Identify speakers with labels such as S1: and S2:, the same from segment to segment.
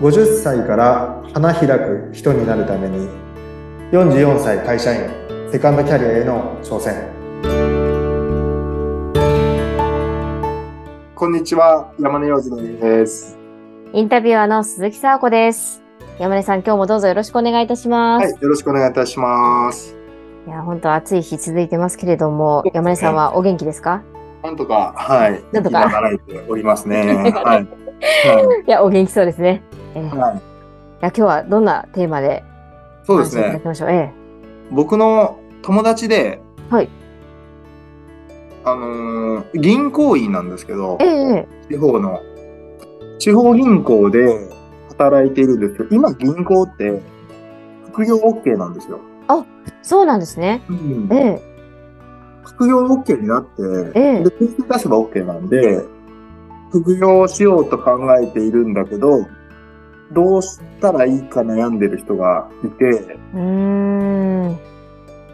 S1: 50歳から花開く人になるために44歳会社員セカンドキャリアへの挑戦こんにちは山根洋次です
S2: インタビュアーの鈴木沙子です。山根さん、今日もどうぞよろしくお願いいたしま
S1: はい
S2: す。
S1: よろしくお願いいたします
S2: い、や、本当暑い日続いてますけれども、山根さんはお元気ですか？
S1: なんとかはい
S2: なんとか
S1: 生きながらえております ねはい、
S2: いや、お元気そうですね。ええ
S1: はい
S2: い
S1: はい、
S2: や、今日はどんなテーマで
S1: そうで
S2: 話
S1: す
S2: していただ
S1: ね
S2: きましょう。え
S1: 僕の友達で
S2: はい
S1: あのー銀行員なんですけど
S2: ええええ
S1: 地方の地方銀行で働いているんですけど今銀行って副業 OK なんですよ、
S2: えそうなんですね。ええ
S1: 副業 OK になって、
S2: ええ
S1: で給付出せば OK なんで副業をしようと考えているんだけどどうしたらいいか悩んでる人がいて
S2: うーん、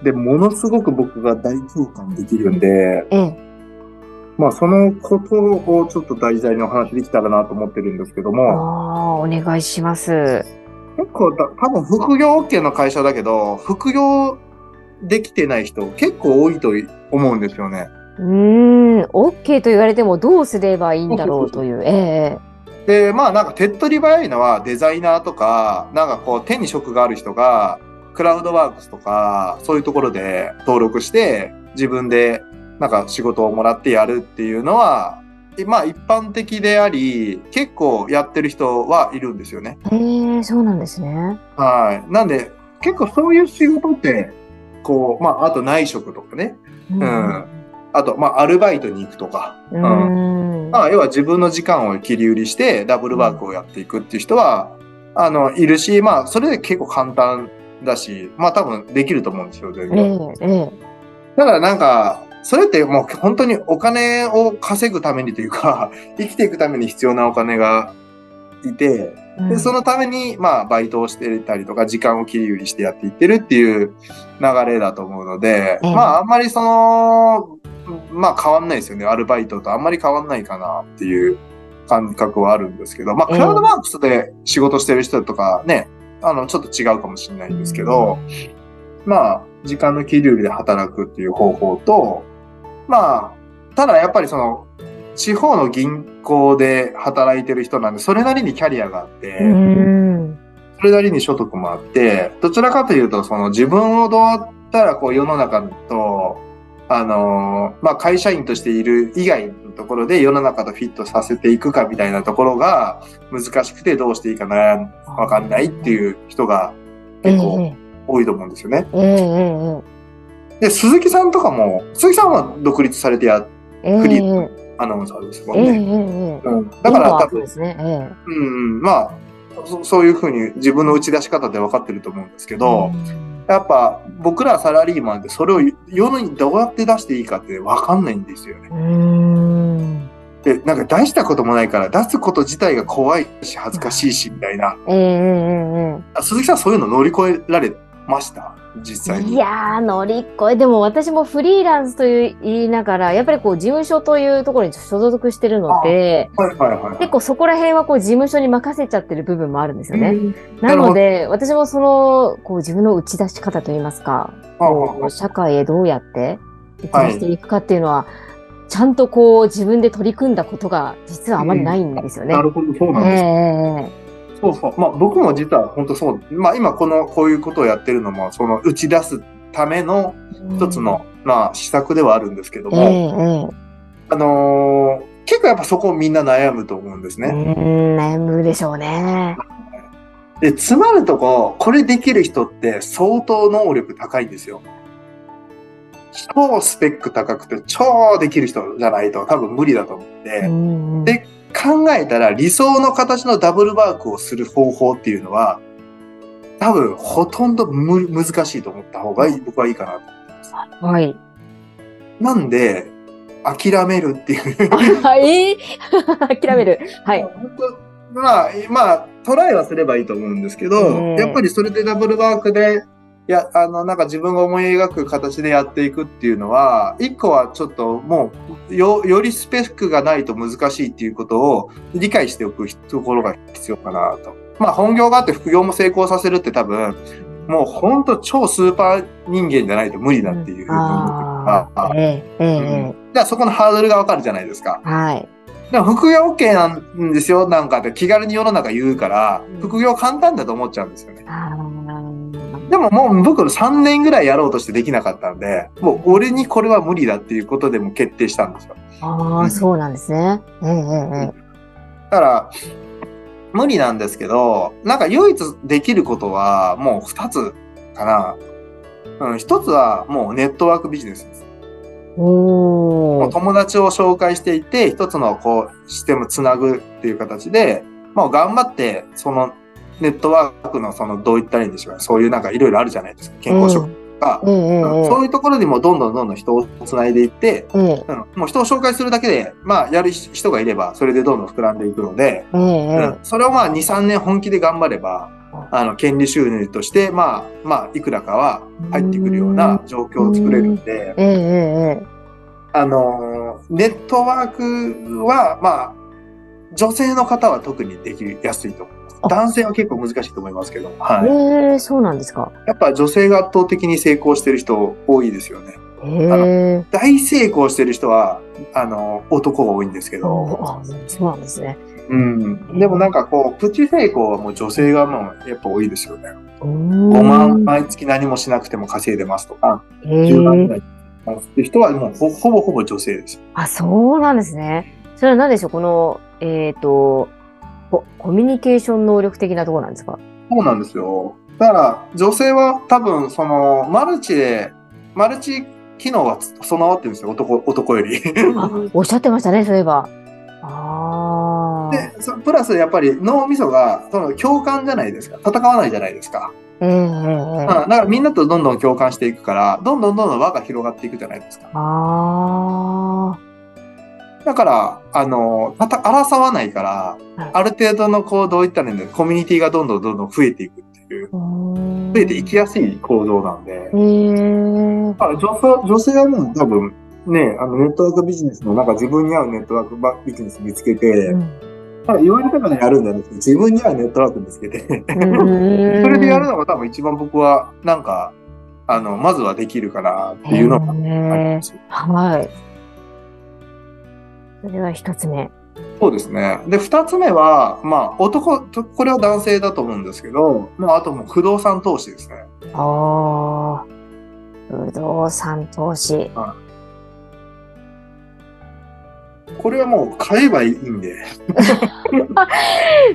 S1: でものすごく僕が大共感できるんで
S2: ええ
S1: まあそのことをちょっと題材にお話できたらなと思ってるんですけど
S2: あ
S1: も
S2: あ、お願いします。
S1: 結構だ多分副業 OK の会社だけど副業できてない人結構多いと思うんですよね。
S2: うーん、オッケーと言われてもどうすればいいんだろうという。ええ
S1: でまあなんか手っ取り早いのはデザイナーとかなんかこう手に職がある人がクラウドワークスとかそういうところで登録して自分でなんか仕事をもらってやるっていうのはえまあ一般的であり結構やってる人はいるんですよね。
S2: ええそうなんですね。
S1: はい。なんで結構そういう仕事ってこうまああと内職とかね
S2: う
S1: うんあとまあアルバイトに行くとか
S2: うーん。
S1: まあ、要は自分の時間を切り売りしてダブルワークをやっていくっていう人は、あの、いるし、まあ、それで結構簡単だし、まあ多分できると思うんですよ、全
S2: ええ
S1: 然。
S2: ええ
S1: だからなんか、それってもう本当にお金を稼ぐためにというか、生きていくために必要なお金がいて、
S2: う
S1: で、
S2: ん
S1: そのために、まあ、バイトをしてたりとか、時間を切り売りしてやっていってるっていう流れだと思うので、
S2: ええ
S1: まあ、あんまりその、まあ、変わんないですよね。アルバイトとあんまり変わんないかなっていう感覚はあるんですけど、まあ、
S2: え
S1: ク
S2: え
S1: ラウドワークスで仕事してる人とかね、あの、ちょっと違うかもしれないんですけど、まあ、時間の切り売りで働くっていう方法と、まあ、ただやっぱりその、地方の銀行で働いてる人なんで、それなりにキャリアがあって、
S2: うーん。
S1: それなりに所得もあって、どちらかというと、その自分をどうやったらこう世の中と、あのーまあ、会社員としている以外のところで世の中とフィットさせていくかみたいなところが難しくてどうしていいかな、わかんないっていう人が
S2: ええ
S1: 結構多いと思うんですよね。
S2: えええ
S1: で、鈴木さんとかも、鈴木さんは独立されてや、
S2: えええ
S1: フリ
S2: え
S1: ーアナウンサーですも
S2: ええ
S1: ん
S2: え
S1: ね。
S2: え
S1: うん、だから
S2: 今
S1: 多
S2: はそう
S1: 分
S2: で、すね。え
S1: うんうん、まあそ、そういうふうに自分の打ち出し方で分かってると思うんですけ
S2: え
S1: ど、やっぱ僕らサラリーマンってそれを世にどうやって出していいかって分かんないんですよね。
S2: うーん。
S1: で、なんか出したこともないから出すこと自体が怖いし恥ずかしいしみたいな。
S2: ええええ
S1: あ鈴木さんそういうの乗り越えられました実
S2: ええ
S1: 際
S2: い
S1: に。
S2: やー、乗り越え、でも私もフリーランスという言いながら、やっぱりこう事務所というところに所属してるので、
S1: はいはいはい。
S2: 結構そこら辺はこう事務所に任せちゃってる部分もあるんですよね。
S1: うん
S2: なので、私もその、こう自分の打ち出し方といいますか、
S1: ああ
S2: こう社会へどうやって打ち
S1: は
S2: 出
S1: い
S2: していくかっていうのは、ちゃんとこう自分で取り組んだことが実はあまりないんですよね。
S1: なるほど、そうなん
S2: ええ
S1: です。
S2: ええ
S1: そうそう。まあ僕も実は本当そう。まあ今この、こういうことをやってるのも、その打ち出すための一つの、まあ施策ではあるんですけど
S2: え
S1: も、
S2: え
S1: あのー結構やっぱそこみんな悩むと思うんです
S2: ええ
S1: ね。
S2: うん悩むでしょうね。
S1: で、詰まるとこ、これできる人って相当能力高いんですよ。超スペック高くて、超できる人じゃないと多分無理だと思って、
S2: うん
S1: で考えたら理想の形のダブルワークをする方法っていうのは、多分ほとんどむ難しいと思った方がいい僕はいいかなと。
S2: はい。
S1: なんで、諦めるっていう。
S2: はい。 諦める。はい。
S1: 本当まあ、まあ、トライはすればいいと思うんですけど、
S2: うん
S1: やっぱりそれでダブルワークで、いや、あの、なんか自分が思い描く形でやっていくっていうのは、一個はちょっともう、よ、よりスペックがないと難しいっていうことを理解しておくところが必要かなと。まあ本業があって副業も成功させるって多分、もうほんと超スーパー人間じゃないと無理だっていうふうに思ってる
S2: あ
S1: から
S2: あ、ええ、ええ、え
S1: じゃあそこのハードルがわかるじゃないですか。
S2: え、はい。
S1: でも副業 OK なんですよなんかって気軽に世の中言うから
S2: うん、
S1: 副業簡単だと思っちゃうんですよね。
S2: あ
S1: でももう僕の3年ぐらいやろうとしてできなかったんで、もう俺にこれは無理だっていうことでも決定したんですよ。
S2: あ、ああ、そうなんですね。ええ、ええ、
S1: だから、無理なんですけど、なんか唯一できることはもう2つかな。うん、1つはもうネットワークビジネスです。
S2: ええ。お
S1: もう
S2: ー。
S1: 友達を紹介していって、一つのこう、システムつなぐっていう形で、もう頑張って、そのネットワークのその、どういったらいいんでしょうか。そういうなんかいろいろあるじゃないですか。健康食
S2: うん
S1: とか、
S2: ええ、ええ、
S1: うんそういうところにもどんどんどんどん人をつないでいって、
S2: ええ、
S1: うんもう人を紹介するだけで、まあ、やる人がいれば、それでどんどん膨らんでいくので、
S2: ええ、え
S1: う
S2: え
S1: ん、それをまあ、2、3年本気で頑張れば、あの、権利収入として、まあ、まあ、いくらかは入ってくるような状況を作れるんで、
S2: ええ、ええ、
S1: あのー、ネットワークは、まあ、女性の方は特にできやすいと思います
S2: あ。
S1: 男性は結構難しいと思いますけど、は
S2: え
S1: い。
S2: え、ええ、そうなんですか。
S1: やっぱ女性が圧倒的に成功してる人多いですよね。
S2: ええ。
S1: 大成功してる人は、あの、男が多いんですけど、
S2: あそうなんですね。
S1: うん。でもなんかこう、プチ成功はもう女性がもうやっぱ多いですよね。
S2: 5
S1: 5万毎月何もしなくても稼いでますとか、10万
S2: え
S1: ぐらいって人はもうほほぼほぼ女性です。
S2: あ、そうなんですね。それは何でしょうこの、えっ、と、ココミュニケーション能力的なところなんですか
S1: そうなんですよ。だから、女性は多分、その、マルチで、マルチ機能はつ備わってるんですよ、男、男より。
S2: あおっしゃってましたね、そういえば。ああ。
S1: で、そプラスやっぱり脳みそが、その、共感じゃないですか。戦わないじゃないですか。
S2: えええええ
S1: う
S2: え
S1: ん。だからみんなとどんどん共感していくから、どんどんどんどん輪が広がっていくじゃないですか。
S2: あ
S1: だから、あの、たた争わないから
S2: はい、
S1: ある程度の、こう、どういったらいいんだろうコミュニティがどんどんどんどん増えていくっていう、
S2: あ。増
S1: 増えていきやすい行動なんで。
S2: ええ
S1: まあ女性女性はもう多分ね、あのネットワークビジネスのなんか自分に合うネットワークばビジネス見つけて
S2: う、
S1: ただ言われたからやるんじゃなくて、自分に合うネットワーク見つけて、
S2: ん
S1: それでやるのが多分一番僕はなんか、あの、まずはできるかなっていうのがあり
S2: ええ
S1: ます。
S2: はい。それは一つ目。
S1: そうですね。で、二つ目は、まあ男、とこれは男性だと思うんですけど、もうあともう不動産投資ですね。
S2: ああ。不動産投資。
S1: これはもう買えばいいんで。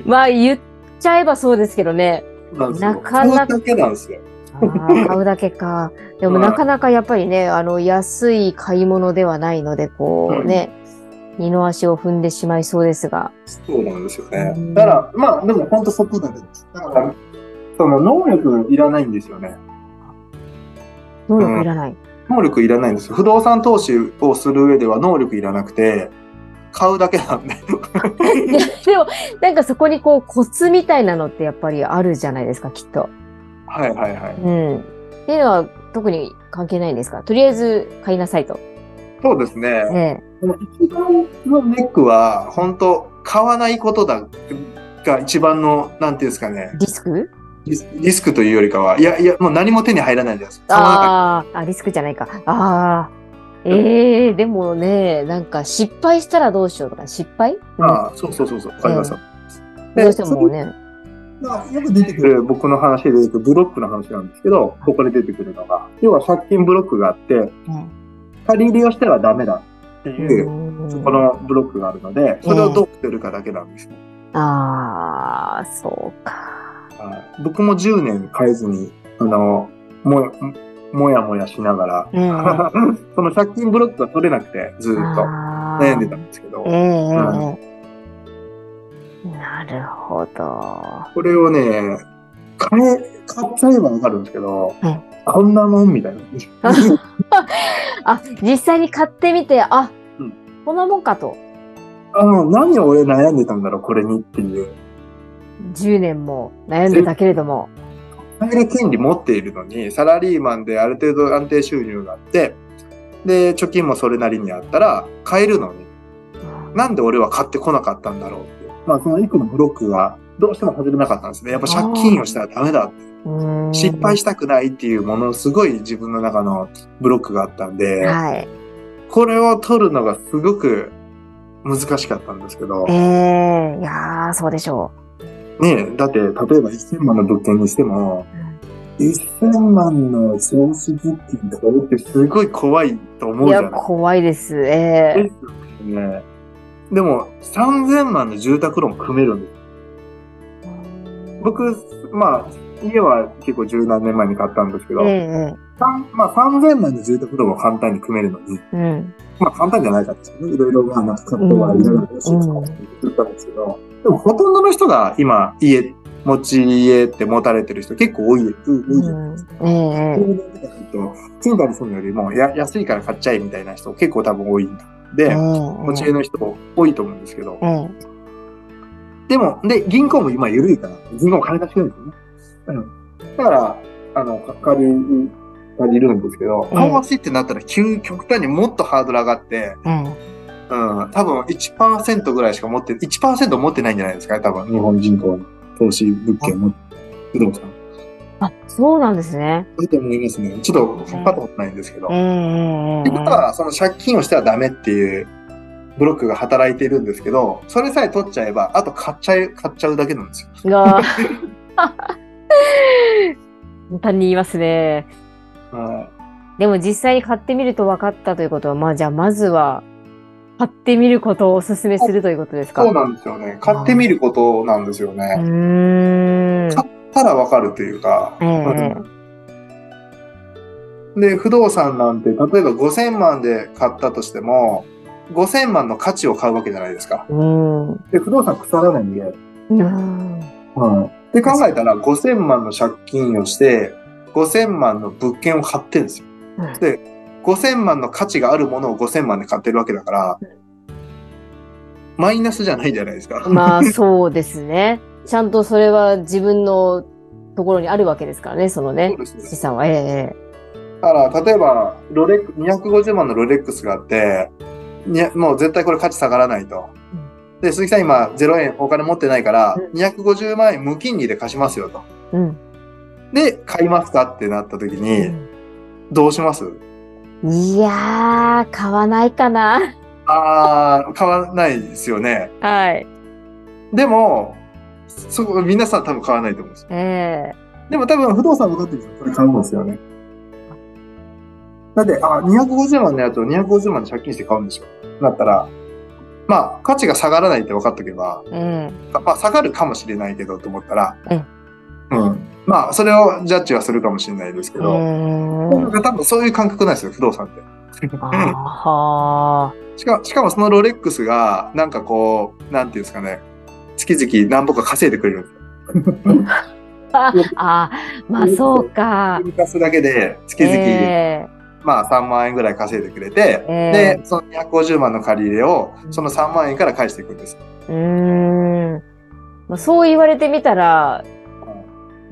S2: まあ言っちゃえばそうですけどね。
S1: なんですよ
S2: なかなか
S1: それだけなんですよ。
S2: あー買うだけか。でも
S1: はい
S2: なかなかやっぱりね、あの、安い買い物ではないので、こうね、二の足を踏んでしまいそうですが。
S1: そうなんですよね
S2: うん。
S1: だから、まあ、でも本当そこだけです。だから、その能力いらないんですよね。
S2: 能力いらない。
S1: 能力いらないんですよ。不動産投資をする上では能力いらなくて、買うだけなんで。
S2: いや でも、なんかそこにこう、コツみたいなのってやっぱりあるじゃないですか、きっと。
S1: はいはいはい。
S2: うん。っていうのは特に関係ないんですかとりあえず買いなさいと。
S1: そうですね。
S2: え
S1: 一番のネックは、本当買わないことだ。が一番の、なんていうんですかね
S2: え、リスク
S1: リスリスクというよりかは、いやいや、もう何も手に入らないです。買わなかっ
S2: あーあ、リスクじゃないか。ああ。ええでもね、なんか失敗したらどうしようとか、失敗、
S1: たああ、そうそうそうそう、わかりました。で
S2: どうしてももうね。
S1: まあ、よく出てくる僕の話で出てくるブロックの話なんですけど、ここで出てくるのが、要は借金ブロックがあって、借り入れをしてはダメだっていう、
S2: うん
S1: このブロックがあるので、それをどうするかだけなんですね。
S2: ああ、そうか。
S1: はい僕も10年変えずに、あの、も、もやもやしなが
S2: ええ
S1: ら、 その借金ブロックが取れなくて、ずーっと
S2: あー
S1: 悩んでたんですけど
S2: ええ、ええ
S1: う
S2: なるほど。
S1: これをね、金、買っちゃえばわかるんですけど
S2: うん、
S1: こんなもんみたいな。
S2: あ、実際に買ってみて、あ、
S1: うん
S2: こんなもんかと。
S1: あの、何を俺悩んでたんだろう、これにっていう。
S2: 10年も悩んでたけれども。
S1: 買える権利持っているのに、サラリーマンである程度安定収入があって、で、貯金もそれなりにあったら、買えるのに、なんで俺は買ってこなかったんだろうって。まあ、そのいくのブロックがどうしても始めなかったんですね。やっぱ借金をしたらダメだ。
S2: うん
S1: 失敗したくないっていうものすごい自分の中のブロックがあったんで、
S2: はい。
S1: これを取るのがすごく難しかったんですけど
S2: え、えいやー、そうでしょ
S1: ねえだって例えば1000万の物件にしても、1000万の消費物件買うってすごい怖いと
S2: う。
S1: 思
S2: いう
S1: じゃ
S2: や、
S1: ないですか
S2: 怖いです。ええ
S1: ね。でも、3000万の住宅ローン組めるんです。僕、まあ、家は結構十何年前に買ったんですけど、
S2: ええ
S1: 三まあ、3000万の住宅ローンは簡単に組めるのに、
S2: ええうん。
S1: まあ、簡単じゃないかったですよね。いろいろ、まあ、なんか葛藤はありながら、
S2: うん
S1: そうそう言ったんですけど、でも、ほとんどの人が今、家、持ち家って持たれてる人結構多い、多いです。
S2: うん、ええ
S1: 賃貸に住むよりもや安いから買っちゃえみたいな人結構多分多いん
S2: え
S1: で、
S2: え
S1: 持ち家の人多いと思うんですけど
S2: え、え
S1: でも、で、銀行も今緩いから、銀行も金貸してるんですよね。うん。だから、あの、か借り、借りるんですけど、
S2: うん
S1: 顔欲しいってなったら、急、極端にもっとハードル上がって、
S2: ええ
S1: うん、多分1%ぐらいしか持って、1%持ってないんじゃないですかね、多分。日本人口の投資物件持って、不動産。
S2: あ、そうなんですね。
S1: だと思いますね。ちょっと、パッと持ってないんですけど。
S2: ええ
S1: っ
S2: ええ
S1: てことは、その借金をしてはダメっていうブロックが働いているんですけど、それさえ取っちゃえば、あと買っちゃえ、買っちゃうだけなんですよ。
S2: が、簡単に言いますね。
S1: は
S2: でも実際に買ってみると分かったということは、まあじゃあまずは、買ってみることをお勧めするということです
S1: い、
S2: か
S1: そうなんですよね。買ってみることなんですよ
S2: う
S1: ね。
S2: ーん。
S1: ただわかるというか。
S2: ええ
S1: で、不動産なんて、例えば5000万で買ったとしても、5000万の価値を買うわけじゃないですか。
S2: うん。う
S1: で、不動産腐らないんで。
S2: ん。
S1: はい。って考えたら、5000万の借金をして、5000万の物件を買ってるんですよ
S2: うん。
S1: で、5000万の価値があるものを5000万で買ってるわけだから、マイナスじゃないじゃないです か。
S2: まあそうですね。ちゃんとそれは自分のところにあるわけですからね、その
S1: そ
S2: ね
S1: う、ですね
S2: 資産は。えええ
S1: だから、例えば、ロレック、250万のロレックスがあって、にもう絶対これ価値下がらないと。で、鈴木さん今0円お金持ってないから、
S2: う
S1: 250万円無金利で貸しますよと。
S2: えうん。
S1: で、買いますかってなった時に、どうします
S2: いやー、買わないかな。
S1: あー、買わないですよね。
S2: はい。
S1: でも、そこ、皆さん多分買わないと思うんですよ。
S2: え
S1: でも多分不動産分かってる人はこれ買うんですよね。だって、あ、250万のやつを250万で借金して買うんでしょ。だったら、まあ、価値が下がらないって分かっとけば、
S2: ええ
S1: まあ、下がるかもしれないけどと思ったら、
S2: うん
S1: うん。まあ、それをジャッジはするかもしれないですけ
S2: え
S1: ど、
S2: うん。
S1: 多分そういう感覚なんですよ、不動産って。
S2: あ
S1: しかしかもそのロレックスが、なんかこう、なんていうんですかね、月々何本か稼いでくれるんですよ。
S2: あ。あー、まあそうか。
S1: 動かすだけで、月々、
S2: え
S1: まあ3万円ぐらい稼いでくれて、
S2: ええ
S1: で、その250万の借り入れを、その3万円から返していくんです。
S2: えうーん。まあ、そう言われてみたら、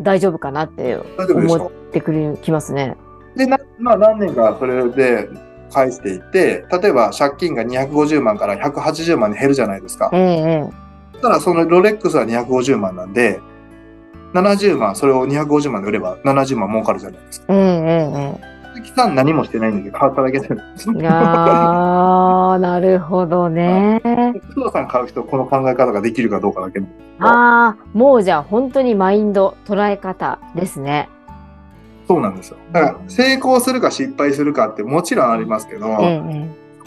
S2: 大丈夫かなって
S1: 大丈夫でし
S2: 思
S1: ょ
S2: ってくる、きますね。
S1: で、なまあ何年かそれで返していって、例えば借金が250万から180万に減るじゃないですか
S2: え。え
S1: そしたらそのロレックスは250万なんで、70万、それを250万で売れば70万儲かるじゃないですか。
S2: えええええ
S1: 鈴木さん何もしてないんで、買っただけじゃないですか。
S2: あー、なるほ どね。
S1: 不動産買う人、この考え方ができるかどうかだけの。
S2: あー、もうじゃあ本当にマインド、捉え方ですね。
S1: そうなんですよ。だから成功するか失敗するかってもちろんありますけど、
S2: ええ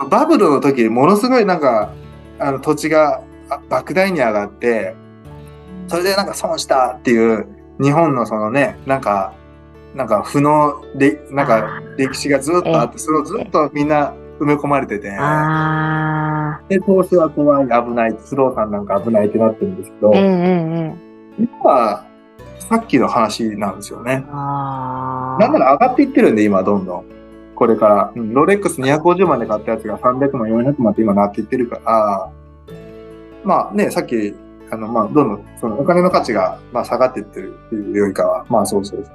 S2: え
S1: バブルの時ものすごいなんかあの土地があ莫大に上がってそれでなんか損したっていう日本のそのねなんかなんか負のでなんか歴史がずっとあってそれをずっとみんな埋め込まれてて
S2: えあ
S1: で投資は怖い危ない不動産なんか危ないってなってるんですけど
S2: ー、ええええ
S1: 今はさっきの話なんですよね。
S2: あ
S1: なんなら上がっていってるんで、今、どんどん。これから。うんロレックス250万で買ったやつが300万、400万って今なっていってるから、まあね、さっき、あの、まあ、どんどん、そのお金の価値が、まあ、下がっていってるっていうよりかは、まあ、そうそうそ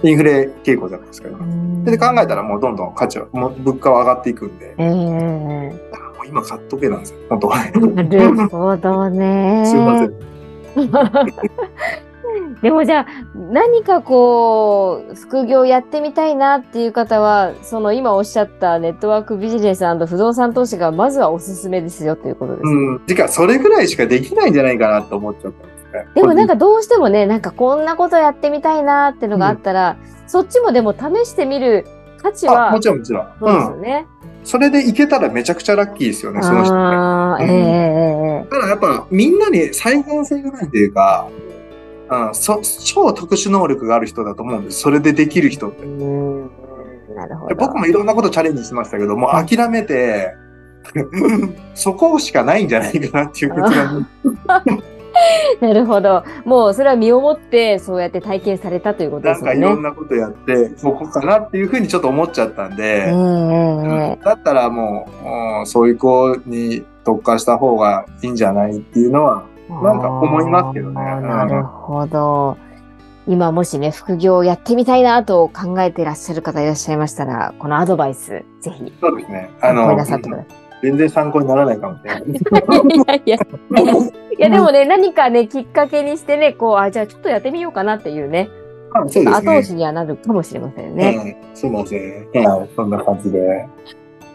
S1: う。インフレ傾向じゃないですか、今。
S2: ら
S1: で考えたらもうどんどん価値は、もう物価は上がっていくんで、
S2: ええ
S1: もう今買っとけなんですよ、本当は。
S2: なるほどね。
S1: すいません。
S2: でもじゃあ何かこう副業やってみたいなっていう方はその今おっしゃったネットワークビジネス不動産投資がまずはおすすめですよということです。
S1: うん。てか、それぐらいしかできないんじゃないかなと思っちゃったんですね。
S2: でもなん
S1: か、
S2: かどうしてもねなんかこんなことやってみたいなってのがあったら、そっちもでも試してみる価値
S1: あ、
S2: は
S1: もちろんもちろん。
S2: そうです
S1: う
S2: よ
S1: ん。
S2: ね。
S1: それでいけたらめちゃくちゃラッキーですよね、その人ね。
S2: ああ、
S1: うん
S2: えええ
S1: ただやっぱみんなに再現性がないというか、うん、そ超特殊能力がある人だと思うんですそれでできる人って
S2: えええうんなるほど。
S1: 僕もいろんなことチャレンジしましたけどもう諦めて そこしかないんじゃないかなっていう結論に
S2: なるほど。もうそれは身をもってそうやって体験されたということで
S1: な
S2: す
S1: ん
S2: よ
S1: か
S2: ね。
S1: いろんなことやってそこかなっていうふうにちょっと思っちゃったんで、
S2: ええ
S1: だったらもう、うんそういう子に特化した方がいいんじゃないっていうのはなんか思いますけどね
S2: あー
S1: うん
S2: なるほど。今もしね、副業をやってみたいなと考えてらっしゃる方いらっしゃいましたら、このアドバイス、ぜひ、
S1: そうですねあ
S2: 参考
S1: の
S2: になさってください。
S1: 全然参考にならないかもし れない。
S2: いやいや、いやでもね、何かね、きっかけにしてね、こう、あ、じゃあちょっとやってみようかなっていうね、
S1: まあそうですね
S2: 後押しにはなるかもしれませんね。
S1: うん、すいません。はい、そんな感じで。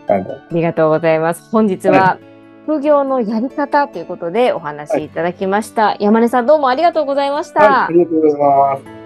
S1: なんだ
S2: ありがとうございます。本日は、副業のやり方ということでお話しいただきました。山根さんどうもありがとうございました。
S1: はい、ありがとうございます。